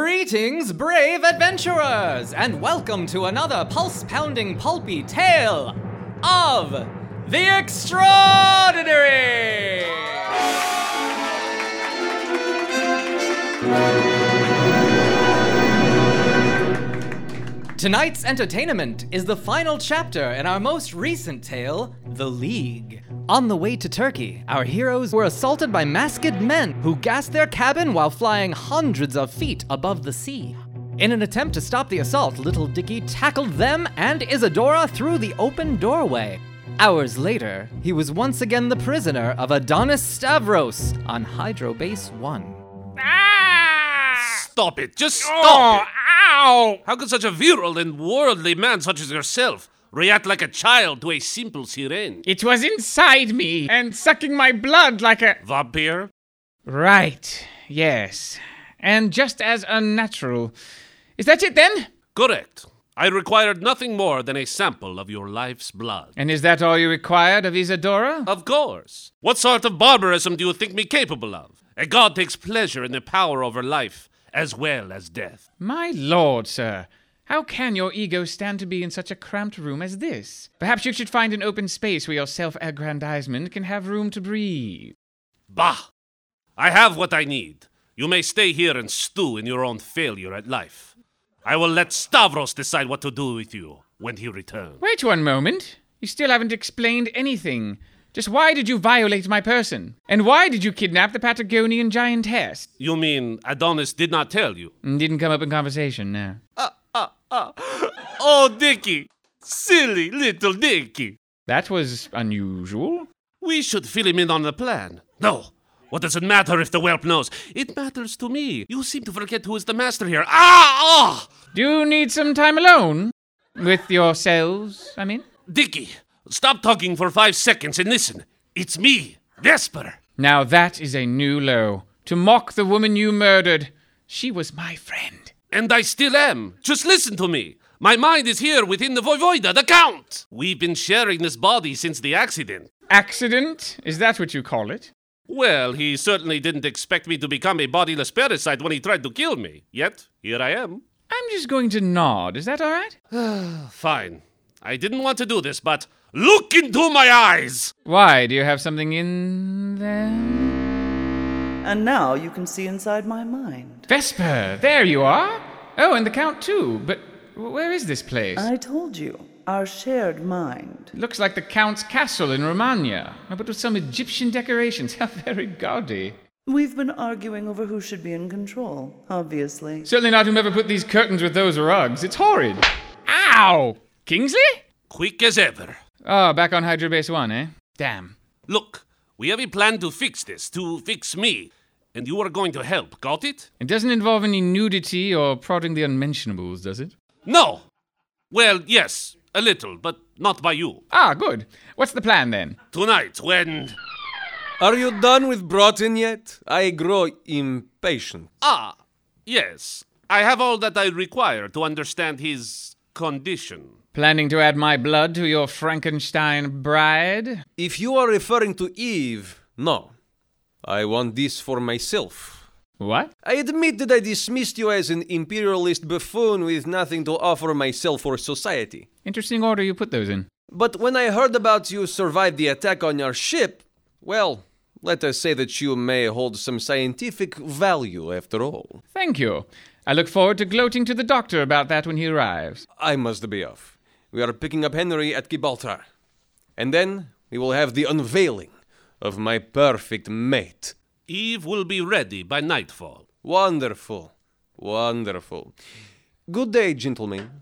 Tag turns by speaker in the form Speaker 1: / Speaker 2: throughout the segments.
Speaker 1: Greetings, brave adventurers, and welcome to another pulse pounding pulpy tale of the extraordinary! Tonight's entertainment is the final chapter in our most recent tale, The League. On the way to Turkey, our heroes were assaulted by masked men who gassed their cabin while flying hundreds of feet above the sea. In an attempt to stop the assault, Little Dicky tackled them and Isadora through the open doorway. Hours later, he was once again the prisoner of Adonis Stavros on Hydro Base 1.
Speaker 2: Stop it! Just
Speaker 3: Oh,
Speaker 2: stop it! How could such a virile and worldly man such as yourself react like a child to a simple siren?
Speaker 3: It was inside me and sucking my blood like a.
Speaker 2: Vampire?
Speaker 3: Right, yes. And just as unnatural. Is that it then?
Speaker 2: Correct. I required nothing more than a sample of your life's blood.
Speaker 3: And is that all you required of Isadora?
Speaker 2: Of course. What sort of barbarism do you think me capable of? A god takes pleasure in the power over life as well as death.
Speaker 3: My lord, sir. How can your ego stand to be in such a cramped room as this? Perhaps you should find an open space where your self aggrandizement can have room to breathe.
Speaker 2: Bah! I have what I need. You may stay here and stew in your own failure at life. I will let Stavros decide what to do with you when he returns.
Speaker 3: Wait one moment. You still haven't explained anything. Just why did you violate my person? And why did you kidnap the Patagonian giantess?
Speaker 2: You mean Adonis did not tell you?
Speaker 3: Mm, Didn't come up in conversation, no.
Speaker 2: Oh, Dicky! Silly little Dicky!
Speaker 3: That was unusual.
Speaker 2: We should fill him in on the plan. No! What does it matter if the whelp knows? It matters to me. You seem to forget who is the master here. Ah! Oh!
Speaker 3: Do you need some time alone? With yourselves, I mean?
Speaker 2: Dicky, stop talking for five seconds and listen. It's me, Vesper.
Speaker 3: Now that is a new low. To mock the woman you murdered. She was my friend.
Speaker 2: And I still am. Just listen to me. My mind is here within the voivoda, the count. We've been sharing this body since the accident.
Speaker 3: Accident? Is that what you call it?
Speaker 2: Well, he certainly didn't expect me to become a bodiless parasite when he tried to kill me. Yet, here I am. Uh,
Speaker 3: I'm just going to nod. Is that all right?
Speaker 2: Fine. I didn't want to do this, but look into my eyes!
Speaker 3: Why? Do you have something in there?
Speaker 4: And now you can see inside my mind.
Speaker 3: Vesper, there you are. Oh, and the Count too. But wh- where is this place?
Speaker 4: I told you, our shared mind.
Speaker 3: Looks like the Count's castle in Romagna, but with some Egyptian decorations. How very gaudy.
Speaker 4: We've been arguing over who should be in control, obviously.
Speaker 3: Certainly not whomever put these curtains with those rugs. It's horrid. Ow! Kingsley?
Speaker 2: Quick as ever.
Speaker 3: Oh, back on Hydra Base 1, eh? Damn.
Speaker 2: Look, we have a plan to fix this, to fix me. And you are going to help, got it?
Speaker 3: It doesn't involve any nudity or prodding the unmentionables, does it?
Speaker 2: No! Well, yes, a little, but not by you.
Speaker 3: Ah, good. What's the plan then?
Speaker 2: Tonight, when.
Speaker 5: Are you done with Broughton yet? I grow impatient.
Speaker 2: Ah, yes. I have all that I require to understand his condition.
Speaker 3: Planning to add my blood to your Frankenstein bride?
Speaker 5: If you are referring to Eve, no. I want this for myself.
Speaker 3: What?
Speaker 5: I admit that I dismissed you as an imperialist buffoon with nothing to offer myself or society.
Speaker 3: Interesting order you put those in.
Speaker 5: But when I heard about you survived the attack on your ship, well, let us say that you may hold some scientific value after all.
Speaker 3: Thank you. I look forward to gloating to the doctor about that when he arrives.
Speaker 5: I must be off. We are picking up Henry at Gibraltar. And then we will have the unveiling of my perfect mate.
Speaker 2: Eve will be ready by nightfall.
Speaker 5: Wonderful. Wonderful. Good day, gentlemen.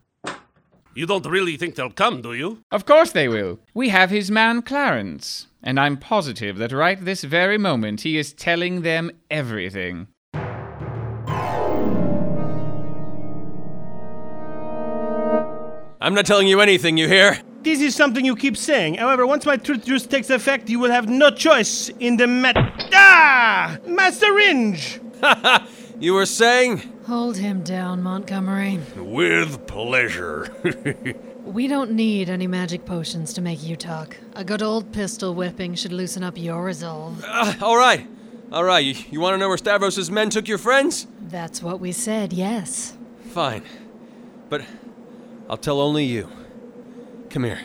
Speaker 2: You don't really think they'll come, do you?
Speaker 3: Of course they will. We have his man Clarence, and I'm positive that right this very moment he is telling them everything.
Speaker 5: I'm not telling you anything, you hear?
Speaker 6: This is something you keep saying. However, once my truth juice takes effect, you will have no choice in the mat. Ah! Masterange!
Speaker 5: You were saying?
Speaker 7: Hold him down, Montgomery.
Speaker 2: With pleasure.
Speaker 7: We don't need any magic potions to make you talk. A good old pistol whipping should loosen up your resolve.
Speaker 8: Uh,
Speaker 5: All right. All right. You, you want to know where Stavros' men took your friends?
Speaker 7: That's what we said, yes.
Speaker 8: Fine. But I'll tell only you. Come here.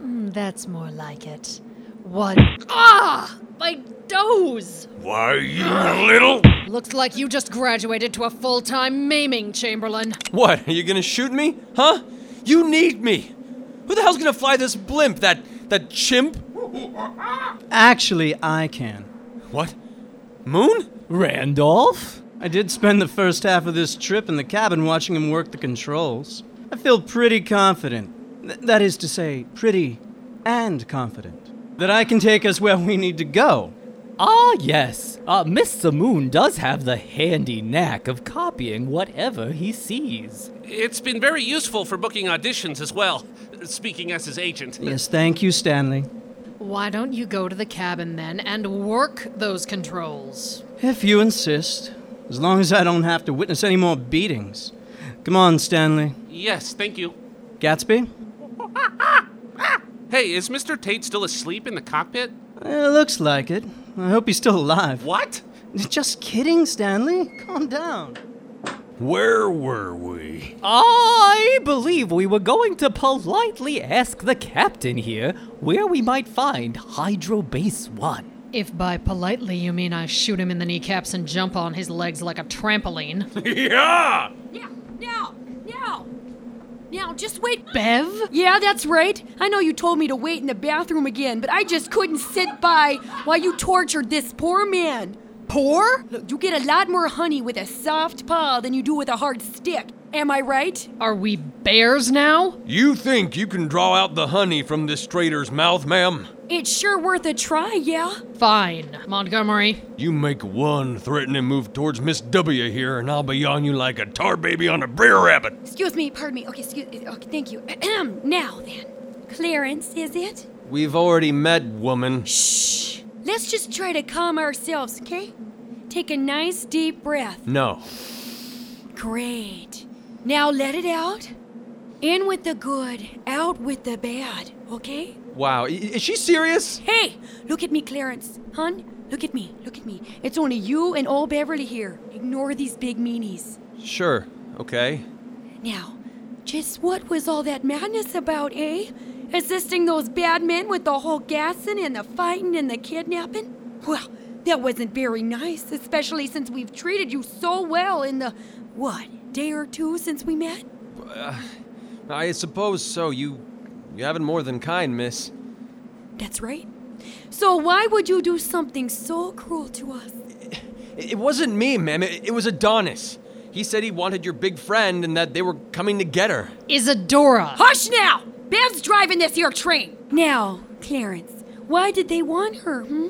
Speaker 7: Hmm, That's more like it. What? Ah! My toes!
Speaker 2: Why, you little.
Speaker 7: Looks like you just graduated to a full time maiming, Chamberlain.
Speaker 8: What? Are you gonna shoot me? Huh? You need me! Who the hell's gonna fly this blimp? That that chimp?
Speaker 9: Actually, I can.
Speaker 8: What? Moon?
Speaker 9: Randolph? I did spend the first half of this trip in the cabin watching him work the controls. I feel pretty confident. Th- that is to say, pretty and confident. That I can take us where we need to go.
Speaker 1: Ah, yes. Uh, Miss Samoon does have the handy knack of copying whatever he sees.
Speaker 2: It's been very useful for booking auditions as well, speaking as his agent.
Speaker 9: Yes, thank you, Stanley.
Speaker 7: Why don't you go to the cabin then and work those controls?
Speaker 9: If you insist, as long as I don't have to witness any more beatings. Come on, Stanley.
Speaker 2: Yes, thank you.
Speaker 9: Gatsby?
Speaker 2: Hey, is Mr. Tate still asleep in the cockpit?
Speaker 9: Eh, looks like it. I hope he's still alive.
Speaker 2: What?
Speaker 9: Just kidding, Stanley. Calm down.
Speaker 5: Where were we?
Speaker 1: I believe we were going to politely ask the captain here where we might find Hydro Base 1.
Speaker 7: If by politely you mean I shoot him in the kneecaps and jump on his legs like a trampoline.
Speaker 5: Yeah!
Speaker 10: Yeah, now, now, Oh. now, just wait.
Speaker 7: Bev?
Speaker 10: Yeah, that's right. I know you told me to wait in the bathroom again, but I just couldn't sit by while you tortured this poor man. Poor? Look, you get a lot more honey with a soft paw than you do with a hard stick. Am I right?
Speaker 7: Are we bears now?
Speaker 8: You think you can draw out the honey from this traitor's mouth, ma'am?
Speaker 10: It's sure worth a try, yeah?
Speaker 7: Fine, Montgomery.
Speaker 5: You make one threatening move towards Miss W here, and I'll be on you like a tar baby on a brer rabbit.
Speaker 10: Excuse me, pardon me. Okay, excuse, eh, okay, thank you. now then, Clarence, is it?
Speaker 8: We've already met, woman.
Speaker 10: Shh. Let's just try to calm ourselves, okay? Take a nice deep breath.
Speaker 8: No.
Speaker 10: Great. Now let it out. In with the good, out with the bad, okay?
Speaker 8: Wow, I- is she serious?
Speaker 10: Hey, look at me, Clarence. Hun, look at me, look at me. It's only you and old Beverly here. Ignore these big meanies.
Speaker 8: Sure, okay.
Speaker 10: Now, just what was all that madness about, eh? Assisting those bad men with the whole gassing and the fighting and the kidnapping? Well, that wasn't very nice, especially since we've treated you so well in the, what, day or two since we met?
Speaker 8: Uh, I suppose so. You you haven't more than kind, miss.
Speaker 10: That's right. So why would you do something so cruel to us?
Speaker 8: It it wasn't me, ma'am. It, it was Adonis. He said he wanted your big friend and that they were coming to get her.
Speaker 7: Isadora.
Speaker 10: Hush now! Bev's driving this here train! Now, Clarence, why did they want her, hmm?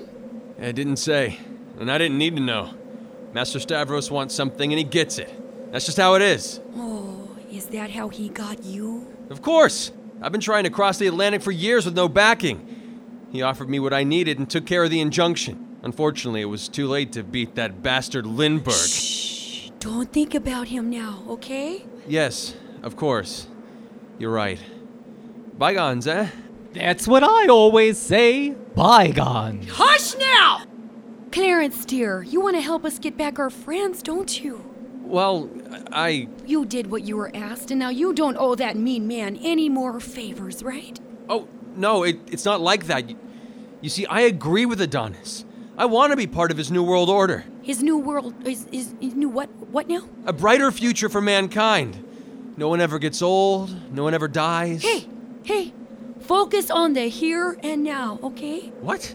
Speaker 8: I didn't say, and I didn't need to know. Master Stavros wants something and he gets it. That's just how it is.
Speaker 10: Oh, is that how he got you?
Speaker 8: Of course. I've been trying to cross the Atlantic for years with no backing. He offered me what I needed and took care of the injunction. Unfortunately, it was too late to beat that bastard Lindbergh.
Speaker 10: Don't think about him now, okay?
Speaker 8: Yes, of course. You're right. Bygones, eh?
Speaker 1: That's what I always say bygone.
Speaker 10: Hush now! Clarence, dear, you want to help us get back our friends, don't you?
Speaker 8: Well, I.
Speaker 10: You did what you were asked, and now you don't owe that mean man any more favors, right?
Speaker 8: Oh, no, it, it's not like that. You, you see, I agree with Adonis. I want to be part of his New World Order.
Speaker 10: His new world is is, is new what what now?
Speaker 8: A brighter future for mankind. No one ever gets old, no one ever dies.
Speaker 10: Hey, hey, focus on the here and now, okay?
Speaker 8: What?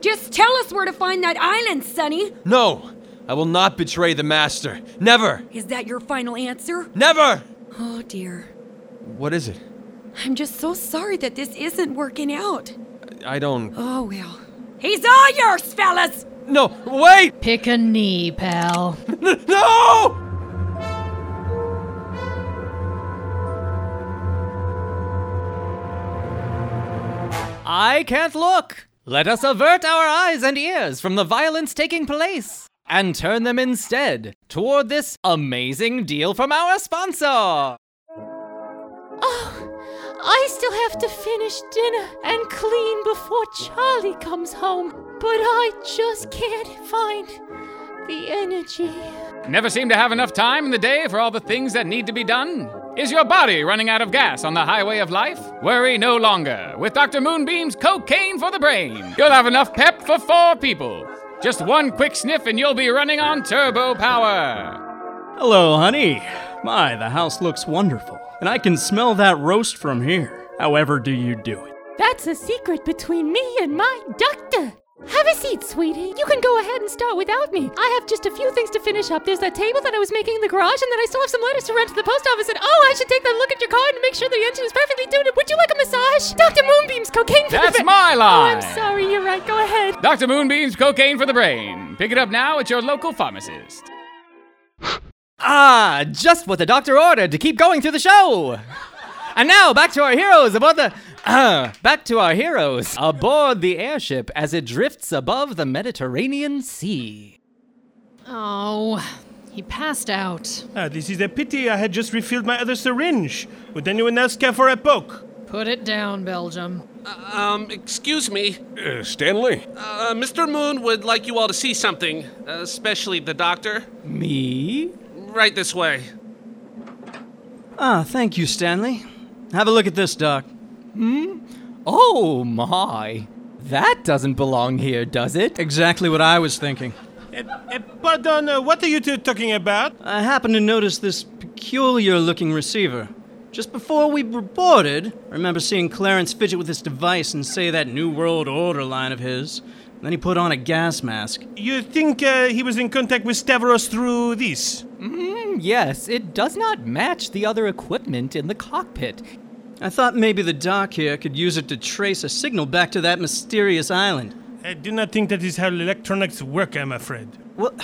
Speaker 10: Just tell us where to find that island, Sonny.
Speaker 8: No! I will not betray the Master. Never!
Speaker 10: Is that your final answer?
Speaker 8: Never!
Speaker 10: Oh dear,
Speaker 8: What is it?
Speaker 10: I'm just so sorry that this isn't working out.
Speaker 8: I don't.
Speaker 10: Oh well, he's all yours, fellas.
Speaker 8: No! Wait!
Speaker 7: Pick a knee, pal.
Speaker 8: No!
Speaker 1: I can't look. Let us avert our eyes and ears from the violence taking place and turn them instead toward this amazing deal from our sponsor.
Speaker 11: I still have to finish dinner and clean before Charlie comes home, but I just can't find the energy.
Speaker 3: Never seem to have enough time in the day for all the things that need to be done? Is your body running out of gas on the highway of life? Worry no longer with Dr. Moonbeam's cocaine for the brain. You'll have enough pep for four people. Just one quick sniff and you'll be running on turbo power.
Speaker 9: Hello, honey. My, the house looks wonderful, and I can smell that roast from here. However, do you do it?
Speaker 11: That's a secret between me and my doctor. Have a seat, sweetie. You can go ahead and start without me. I have just a few things to finish up. There's that table that I was making in the garage, and then I still have some letters to run to the post office. And oh, I should take that look at your car and make sure the engine is perfectly tuned. Would you like a massage? Dr. Moonbeam's cocaine for
Speaker 3: That's
Speaker 11: the
Speaker 3: my
Speaker 11: line.
Speaker 3: line.
Speaker 11: Oh, I'm sorry. You're right. Go ahead.
Speaker 3: Dr. Moonbeam's cocaine for the brain. Pick it up now at your local pharmacist.
Speaker 1: Ah, just what the doctor ordered to keep going through the show. And now back to our heroes aboard the. Uh, back to our heroes aboard the airship as it drifts above the Mediterranean Sea.
Speaker 7: Oh, he passed out.
Speaker 6: Ah, this is a pity. I had just refilled my other syringe. Would anyone else care for a poke?
Speaker 7: Put it down, Belgium.
Speaker 2: Um, excuse me.
Speaker 8: Uh, Stanley?
Speaker 2: Uh, Mr. Moon would like you all to see something, especially the doctor.
Speaker 1: Me?
Speaker 2: Right this way.
Speaker 9: Ah, thank you, Stanley. Have a look at this, Doc.
Speaker 1: Hmm? Oh my. That doesn't belong here, does it?
Speaker 9: Exactly what I was thinking.
Speaker 6: Pardon, uh, what are you two talking about?
Speaker 9: I happened to notice this peculiar looking receiver. Just before we were boarded, I remember seeing Clarence fidget with his device and say that New World Order line of his. And then he put on a gas mask.
Speaker 6: You think uh, he was in contact with Stavros through this?
Speaker 1: Mm, yes, it does not match the other equipment in the cockpit.
Speaker 9: I thought maybe the doc here could use it to trace a signal back to that mysterious island.
Speaker 6: I do not think that is how electronics work, I'm afraid.
Speaker 9: Well,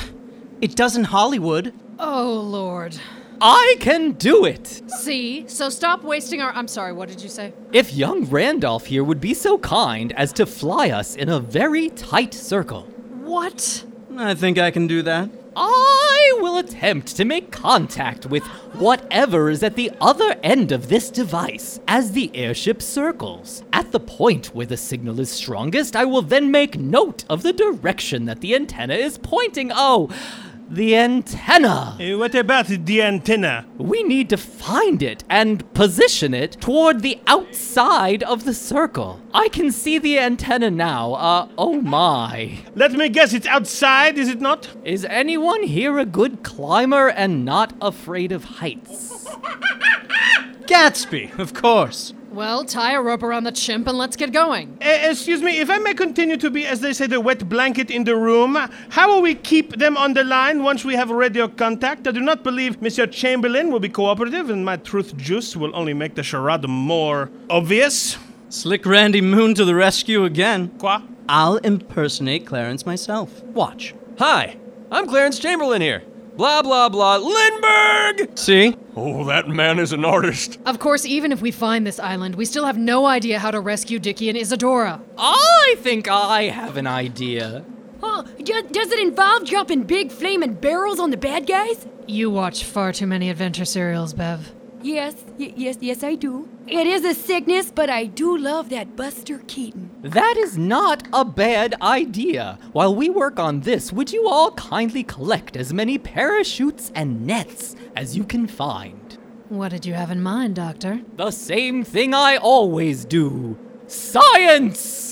Speaker 9: it does in Hollywood.
Speaker 7: Oh, Lord.
Speaker 1: I can do it!
Speaker 7: See? So stop wasting our. I'm sorry, what did you say?
Speaker 1: If young Randolph here would be so kind as to fly us in a very tight circle,
Speaker 7: What?
Speaker 9: I think I can do that.
Speaker 1: I will attempt to make contact with whatever is at the other end of this device as the airship circles. At the point where the signal is strongest, I will then make note of the direction that the antenna is pointing. Oh, the antenna!
Speaker 6: Uh, what about the antenna?
Speaker 1: We need to find it and position it toward the outside of the circle. I can see the antenna now. Uh, oh my.
Speaker 6: Let me guess, it's outside, is it not?
Speaker 1: Is anyone here a good climber and not afraid of heights?
Speaker 9: Gatsby, of course.
Speaker 7: Well, tie a rope around the chimp and let's get going.
Speaker 6: Uh, excuse me, if I may continue to be, as they say, the wet blanket in the room, how will we keep them on the line once we have radio contact? I do not believe Monsieur Chamberlain will be cooperative, and my truth juice will only make the charade more obvious.
Speaker 9: Slick Randy Moon to the rescue again.
Speaker 6: Qua?
Speaker 9: I'll impersonate Clarence myself. Watch.
Speaker 5: Hi, I'm Clarence Chamberlain here. Blah, blah, blah. Lindbergh!
Speaker 9: See?
Speaker 8: Oh, that man is an artist.
Speaker 7: Of course, even if we find this island, we still have no idea how to rescue Dickie and Isadora.
Speaker 1: I think I have an idea.
Speaker 10: Huh? Does, does it involve dropping big flaming barrels on the bad guys?
Speaker 7: You watch far too many adventure serials, Bev.
Speaker 10: Yes, y- yes, yes, I do. It is a sickness, but I do love that Buster Keaton.
Speaker 1: That is not a bad idea. While we work on this, would you all kindly collect as many parachutes and nets as you can find?
Speaker 7: What did you have in mind, Doctor?
Speaker 1: The same thing I always do science!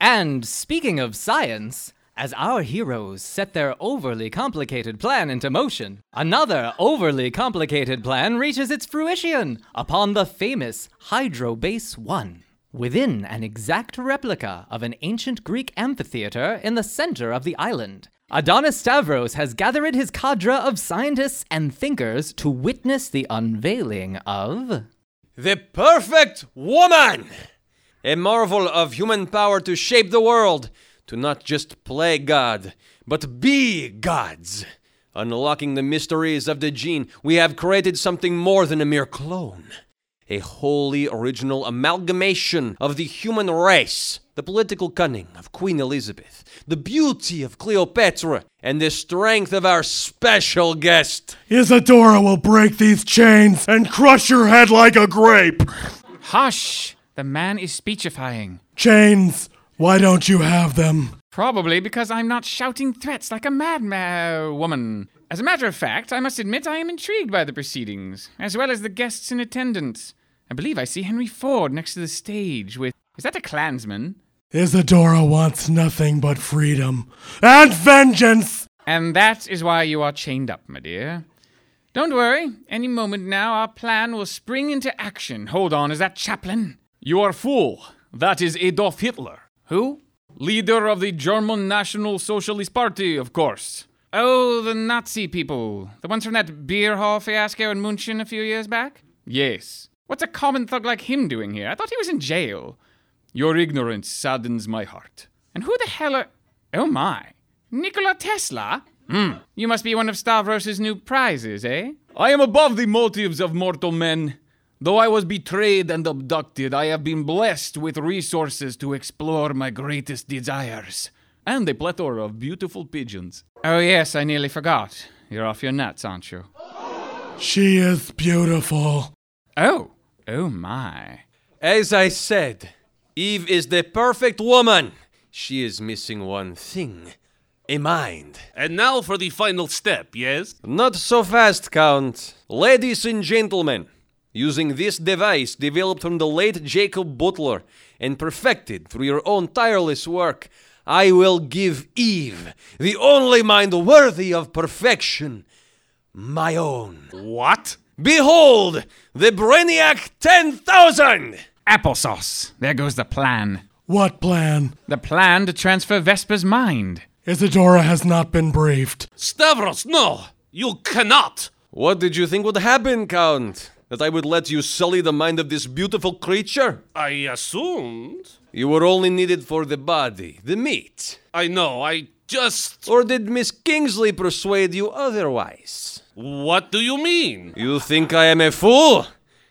Speaker 1: And speaking of science, as our heroes set their overly complicated plan into motion, another overly complicated plan reaches its fruition upon the famous Hydro Base 1. Within an exact replica of an ancient Greek amphitheater in the center of the island, Adonis Stavros has gathered his cadre of scientists and thinkers to witness the unveiling of.
Speaker 5: The perfect woman! A marvel of human power to shape the world, to not just play God, but be gods. Unlocking the mysteries of the gene, we have created something more than a mere clone. A wholly original amalgamation of the human race, the political cunning of Queen Elizabeth, the beauty of Cleopatra, and the strength of our special guest.
Speaker 8: Isadora will break these chains and crush your head like a grape.
Speaker 3: Hush! The man is speechifying.
Speaker 12: Chains! Why don't you have them?
Speaker 3: Probably because I'm not shouting threats like a madman woman. As a matter of fact, I must admit I am intrigued by the proceedings, as well as the guests in attendance. I believe I see Henry Ford next to the stage with. Is that a Klansman?
Speaker 12: Isadora wants nothing but freedom and vengeance!
Speaker 3: And that is why you are chained up, my dear. Don't worry. Any moment now, our plan will spring into action. Hold on, is that Chaplin?
Speaker 13: You are fool. That is Adolf Hitler.
Speaker 3: Who?
Speaker 13: Leader of the German National Socialist Party, of course.
Speaker 3: Oh, the Nazi people. The ones from that beer hall fiasco in München a few years back?
Speaker 13: Yes.
Speaker 3: What's a common thug like him doing here? I thought he was in jail.
Speaker 13: Your ignorance saddens my heart.
Speaker 3: And who the hell are. Oh my. Nikola Tesla?
Speaker 13: Hmm.
Speaker 3: You must be one of Stavros's new prizes, eh?
Speaker 13: I am above the motives of mortal men. Though I was betrayed and abducted, I have been blessed with resources to explore my greatest desires. And a plethora of beautiful pigeons.
Speaker 3: Oh, yes, I nearly forgot. You're off your nuts, aren't you?
Speaker 12: She is beautiful.
Speaker 3: Oh, oh my.
Speaker 5: As I said, Eve is the perfect woman. She is missing one thing a mind.
Speaker 2: And now for the final step, yes?
Speaker 5: Not so fast, Count. Ladies and gentlemen, using this device developed from the late Jacob Butler and perfected through your own tireless work, I will give Eve, the only mind worthy of perfection, my own.
Speaker 2: What?
Speaker 5: Behold, the Brainiac 10,000!
Speaker 3: Applesauce. There goes the plan.
Speaker 12: What plan?
Speaker 3: The plan to transfer Vesper's mind.
Speaker 12: Isadora has not been briefed.
Speaker 2: Stavros, no! You cannot!
Speaker 5: What did you think would happen, Count? That I would let you sully the mind of this beautiful creature?
Speaker 2: I assumed.
Speaker 5: You were only needed for the body, the meat.
Speaker 2: I know, I just.
Speaker 5: Or did Miss Kingsley persuade you otherwise?
Speaker 2: What do you mean?
Speaker 5: You think I am a fool?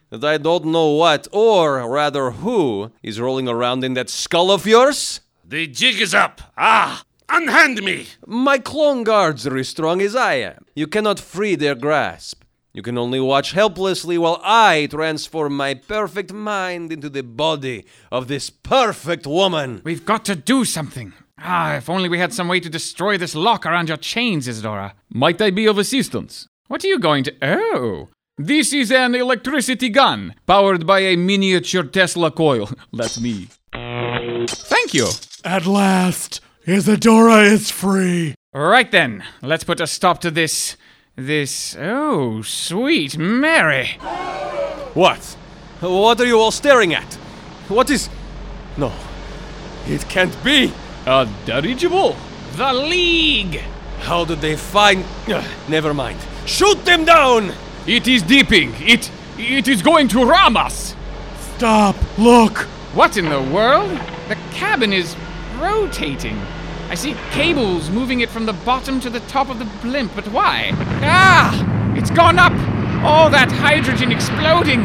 Speaker 5: That I don't know what, or rather who, is rolling around in that skull of yours?
Speaker 2: The jig is up! Ah! Unhand me!
Speaker 5: My clone guards are as strong as I am. You cannot free their grasp. You can only watch helplessly while I transform my perfect mind into the body of this perfect woman.
Speaker 3: We've got to do something. Ah, if only we had some way to destroy this lock around your chains, Isadora.
Speaker 13: Might I be of assistance?
Speaker 3: What are you going to. Oh!
Speaker 13: This is an electricity gun powered by a miniature Tesla coil. That's me.
Speaker 3: Thank you!
Speaker 12: At last! Isadora is free.
Speaker 3: Right then, let's put a stop to this. This. Oh, sweet Mary.
Speaker 5: What? What are you all staring at? What is. No. It can't be.
Speaker 13: A dirigible.
Speaker 3: The League.
Speaker 5: How did they find. Never mind. Shoot them down!
Speaker 13: It is dipping. It. It is going to ram us.
Speaker 12: Stop. Look.
Speaker 3: What in the world? The cabin is rotating. I see cables moving it from the bottom to the top of the blimp, but why? Ah! It's gone up! All that hydrogen exploding!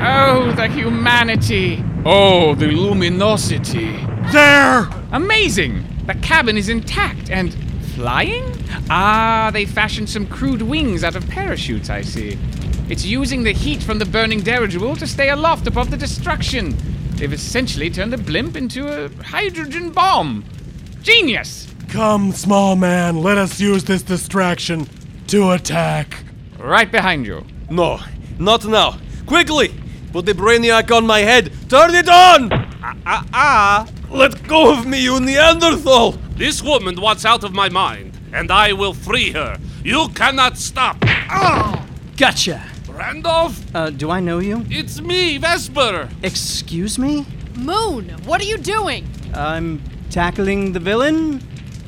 Speaker 3: Oh, the humanity!
Speaker 13: Oh, the luminosity!
Speaker 12: There!
Speaker 3: Amazing! The cabin is intact and flying? Ah, they fashioned some crude wings out of parachutes, I see. It's using the heat from the burning dirigible to stay aloft above the destruction. They've essentially turned the blimp into a hydrogen bomb. Genius!
Speaker 12: Come, small man, let us use this distraction to attack.
Speaker 3: Right behind you.
Speaker 5: No, not now. Quickly! Put the brainiac on my head. Turn it on!
Speaker 2: Ah, ah, ah!
Speaker 5: Let go of me, you Neanderthal!
Speaker 2: This woman wants out of my mind, and I will free her. You cannot stop. Ah!
Speaker 9: Gotcha!
Speaker 2: Randolph?
Speaker 9: Uh, do I know you?
Speaker 2: It's me, Vesper!
Speaker 9: Excuse me?
Speaker 7: Moon, what are you doing?
Speaker 9: I'm tackling the villain.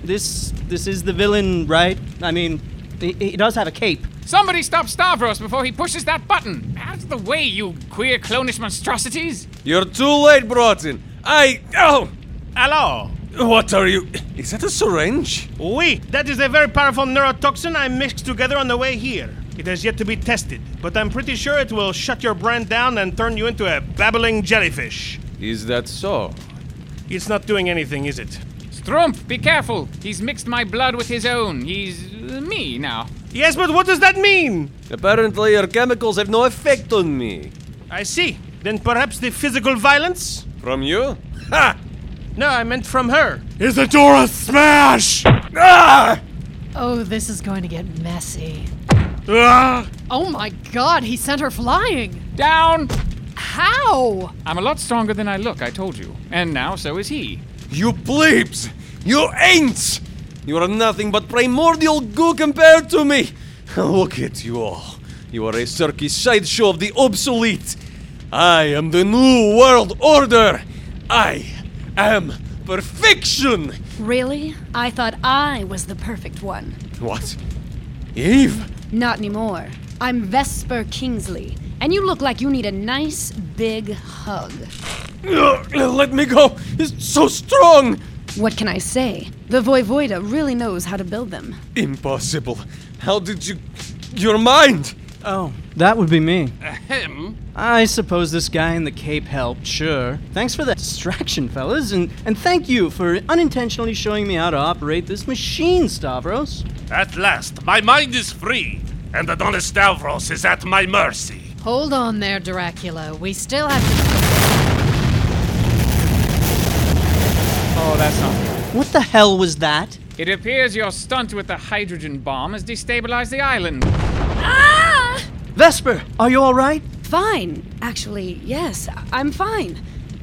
Speaker 9: This this is the villain, right? I mean, he, he does have a cape.
Speaker 3: Somebody stop Stavros before he pushes that button! Out of the way, you queer clonish monstrosities!
Speaker 5: You're too late, Broughton! I. Oh!
Speaker 6: Hello!
Speaker 5: What are you. Is that a syringe?
Speaker 6: Oui, that is a very powerful neurotoxin I mixed together on the way here. It has yet to be tested, but I'm pretty sure it will shut your brain down and turn you into a babbling jellyfish.
Speaker 5: Is that so?
Speaker 6: It's not doing anything, is it?
Speaker 3: Strumpf, be careful! He's mixed my blood with his own. He's uh, me now.
Speaker 6: Yes, but what does that mean?
Speaker 5: Apparently, your chemicals have no effect on me.
Speaker 6: I see. Then perhaps the physical violence?
Speaker 5: From you?
Speaker 6: Ha! No, I meant from her.
Speaker 12: Isadora, smash!
Speaker 6: Ah!
Speaker 7: Oh, this is going to get messy.
Speaker 12: Ah!
Speaker 7: Oh my god, he sent her flying!
Speaker 3: Down!
Speaker 7: How?
Speaker 3: I'm a lot stronger than I look, I told you. And now so is he.
Speaker 5: You plebes! You ain'ts! You are nothing but primordial goo compared to me! Look at you all. You are a circus sideshow of the obsolete. I am the new world order. I am perfection!
Speaker 10: Really? I thought I was the perfect one.
Speaker 5: What? Eve?
Speaker 10: Not anymore. I'm Vesper Kingsley, and you look like you need a nice big hug.
Speaker 5: Ugh, Let me go! It's so strong!
Speaker 10: What can I say? The Voivoda really knows how to build them.
Speaker 5: Impossible. How did you. Your mind!
Speaker 9: Oh, that would be me.
Speaker 13: Ahem.
Speaker 9: I suppose this guy in the cape helped, sure. Thanks for that distraction, fellas, and, and thank you for unintentionally showing me how to operate this machine, Stavros.
Speaker 2: At last, my mind is free, and Adonis Stavros is at my mercy.
Speaker 7: Hold on there, Dracula. We still have to.
Speaker 3: Oh, that's not.
Speaker 9: What the hell was that?
Speaker 3: It appears your stunt with the hydrogen bomb has destabilized the island.
Speaker 9: Vesper, are you alright?
Speaker 10: Fine. Actually, yes, I- I'm fine.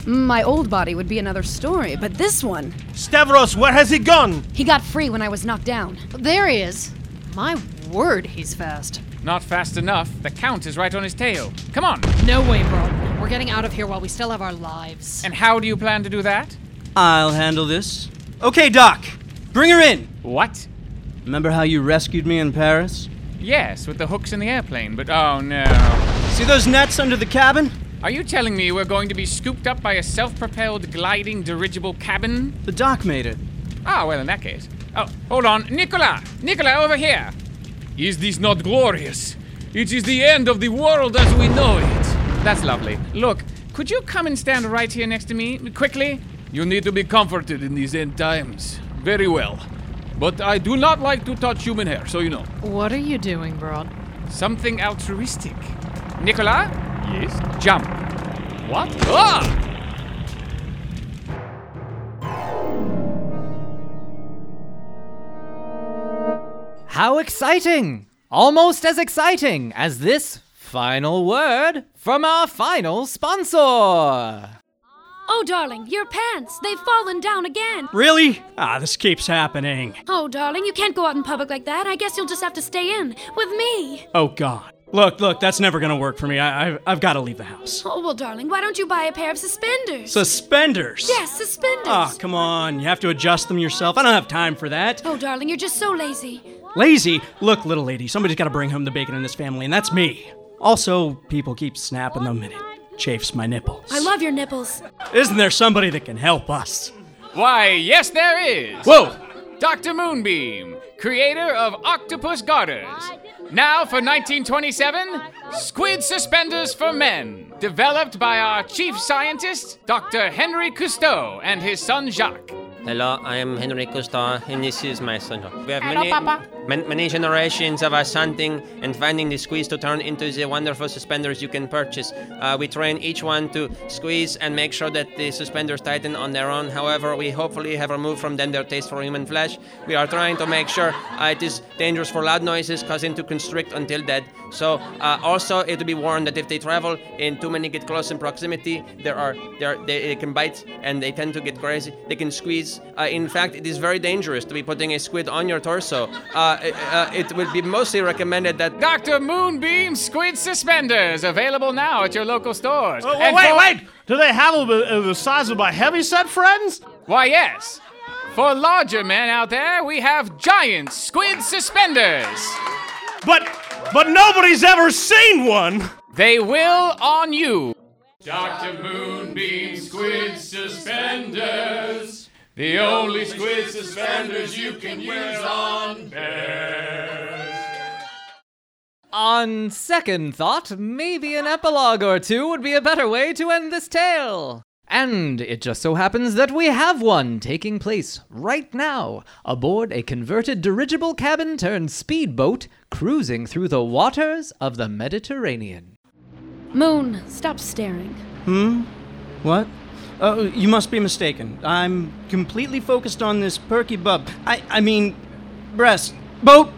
Speaker 10: My old body would be another story, but this one,
Speaker 6: Stavros, where has he gone?
Speaker 10: he got free when I was knocked down.
Speaker 7: There he is. My word, he's fast.
Speaker 3: Not fast enough. The count is right on his tail. Come on.
Speaker 7: No way, bro. We're getting out of here while we still have our lives.
Speaker 3: And how do you plan to do that?
Speaker 9: I'll handle this. Okay, Doc, bring her in!
Speaker 3: What?
Speaker 9: Remember how you rescued me in Paris?
Speaker 3: Yes, with the hooks in the airplane, but oh no.
Speaker 9: See those nets under the cabin?
Speaker 3: Are you telling me we're going to be scooped up by a self propelled gliding dirigible cabin?
Speaker 9: The doc made it.
Speaker 3: Ah, well, in that case. Oh, hold on. Nicola! Nicola, over here! Is this not glorious? It is the end of the world as we know it. That's lovely. Look, could you come and stand right here next to me, quickly? You need to be comforted in these end times. Very well. But I do not like to touch human hair, so you know.
Speaker 7: What are you doing, Broad?
Speaker 3: Something altruistic. Nicola? Yes? Jump. What? Ah!
Speaker 1: How exciting! Almost as exciting as this final word from our final sponsor.
Speaker 10: Oh, darling, your pants, they've fallen down again.
Speaker 9: Really? Ah, this keeps happening.
Speaker 10: Oh, darling, you can't go out in public like that. I guess you'll just have to stay in with me.
Speaker 9: Oh, God. Look, look, that's never gonna work for me. I, I, I've gotta leave the house.
Speaker 10: Oh, well, darling, why don't you buy a pair of suspenders?
Speaker 9: Suspenders!
Speaker 10: yes, suspenders.
Speaker 9: Ah, come on. You have to adjust them yourself. I don't have time for that.
Speaker 10: Oh, darling, you're just so lazy.
Speaker 9: Lazy? Look, little lady, somebody's got to bring home the bacon in this family, and that's me. Also, people keep snapping them, and it chafes my nipples.
Speaker 10: I love your nipples.
Speaker 9: Isn't there somebody that can help us?
Speaker 3: Why, yes, there is!
Speaker 9: Whoa!
Speaker 3: Dr. Moonbeam, creator of Octopus Garters. Now for 1927, Squid Suspenders for Men, developed by our chief scientist, Dr. Henry Cousteau, and his son Jacques.
Speaker 14: Hello, I am Henry Cousteau, and this is my son. We have
Speaker 3: Hello,
Speaker 14: many,
Speaker 3: Papa.
Speaker 14: man- many generations of us hunting and finding the squeeze to turn into the wonderful suspenders you can purchase. Uh, we train each one to squeeze and make sure that the suspenders tighten on their own. However, we hopefully have removed from them their taste for human flesh. We are trying to make sure uh, it is dangerous for loud noises, causing to constrict until dead. So, uh, also, it will be warned that if they travel in too many get close in proximity, there are there they, they can bite and they tend to get crazy. They can squeeze. Uh, in fact, it is very dangerous to be putting a squid on your torso. Uh, uh, it would be mostly recommended that.
Speaker 3: Dr. Moonbeam Squid Suspenders, available now at your local stores.
Speaker 6: Oh,
Speaker 3: And
Speaker 6: wait,
Speaker 3: for-
Speaker 6: wait! Do they have a, a, the size of my heavyset friends?
Speaker 3: Why, yes. For larger men out there, we have giant squid suspenders.
Speaker 6: But but nobody's ever seen one!
Speaker 3: They will on you.
Speaker 13: Dr. Moonbeam Squid Suspenders. The only squid suspenders you can use on bears.
Speaker 1: On second thought, maybe an epilogue or two would be a better way to end this tale. And it just so happens that we have one taking place right now aboard a converted dirigible cabin turned speedboat cruising through the waters of the Mediterranean.
Speaker 15: Moon, stop staring.
Speaker 9: Hmm? What? Oh, you must be mistaken. I'm completely focused on this perky bub. I, I mean, breast. Boat!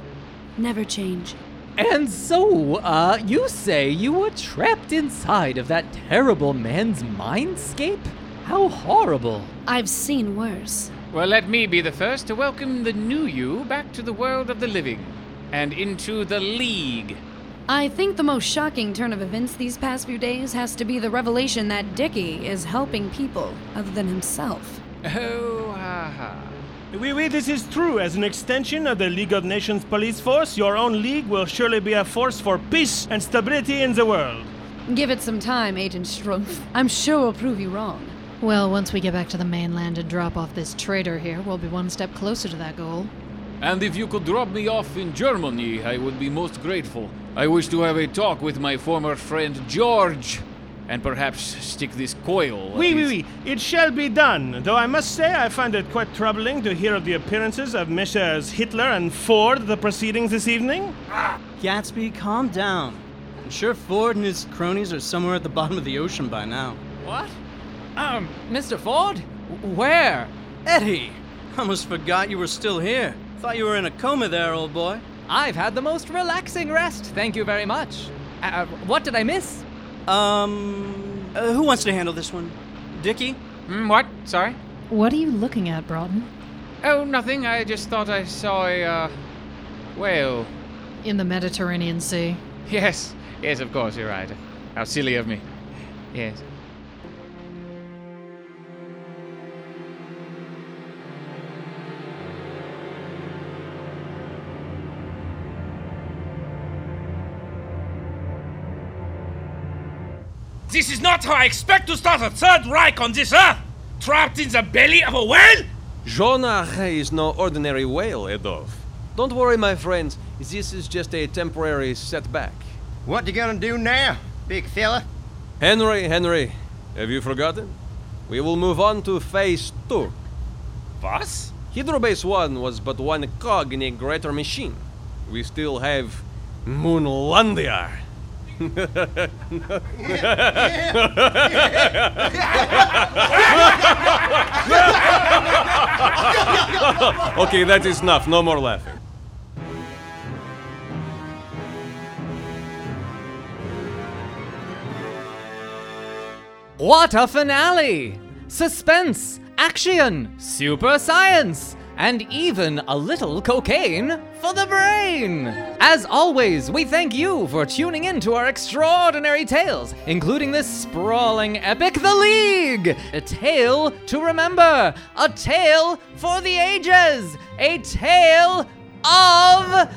Speaker 15: Never change.
Speaker 1: And so, uh, you say you were trapped inside of that terrible man's mindscape? How horrible.
Speaker 15: I've seen worse.
Speaker 3: Well, let me be the first to welcome the new you back to the world of the living and into the League.
Speaker 15: I think the most shocking turn of events these past few days has to be the revelation that Dickie is helping people other than himself.
Speaker 3: Oh, ha ha.
Speaker 6: Oui, oui, this is true. As an extension of the League of Nations police force, your own league will surely be a force for peace and stability in the world.
Speaker 15: Give it some time, Agent Strumpf. I'm sure we'll prove you wrong. Well, once we get back to the mainland and drop off this traitor here, we'll be one step closer to that goal.
Speaker 13: And if you could drop me off in Germany, I would be most grateful. I wish to have a talk with my former friend George, and perhaps stick this coil.
Speaker 6: Oui, oui, oui. It shall be done. Though I must say, I find it quite troubling to hear of the appearances of Messrs. Hitler and Ford at the proceedings this evening.
Speaker 9: Gatsby, calm down. I'm sure Ford and his cronies are somewhere at the bottom of the ocean by now.
Speaker 1: What? Um, Mr. Ford? Where?
Speaker 9: Eddie! Almost forgot you were still here. Thought you were in a coma there, old boy.
Speaker 1: I've had the most relaxing rest, thank you very much. Uh, what did I miss?
Speaker 9: Um, uh, who wants to handle this one? Dickie?
Speaker 3: Mm, what? Sorry?
Speaker 7: What are you looking at, Broughton?
Speaker 3: Oh, nothing. I just thought I saw a uh, whale.
Speaker 7: In the Mediterranean Sea.
Speaker 3: Yes, yes, of course, you're right. How silly of me. Yes.
Speaker 16: This is not how I expect to start a Third Reich on this earth! Trapped in the belly of a whale?
Speaker 5: Jonah is no ordinary whale, Adolf. Don't worry, my friends. This is just a temporary setback.
Speaker 17: What you gonna do now, big fella?
Speaker 5: Henry, Henry, have you forgotten? We will move on to phase two.
Speaker 16: Was?
Speaker 5: Hydrobase 1 was but one cog in a greater machine. We still have Moonlandia. okay, that is enough. No more laughing.
Speaker 1: What a finale! Suspense, action, super science, and even a little cocaine for the brain! As always, we thank you for tuning in to our extraordinary tales, including this sprawling epic, The League! A tale to remember, a tale for the ages, a tale of.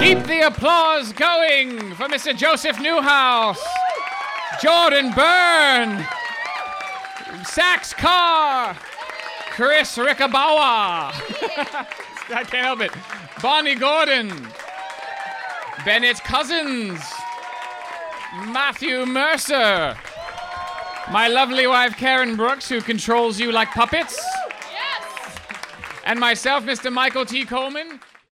Speaker 3: Keep the applause going for Mr. Joseph Newhouse, Jordan Byrne, Sax Carr, Chris Rickabawa. I can't help it. Bonnie Gordon, Bennett Cousins, Matthew Mercer, my lovely wife Karen Brooks, who controls you like puppets, and myself, Mr. Michael T. Coleman.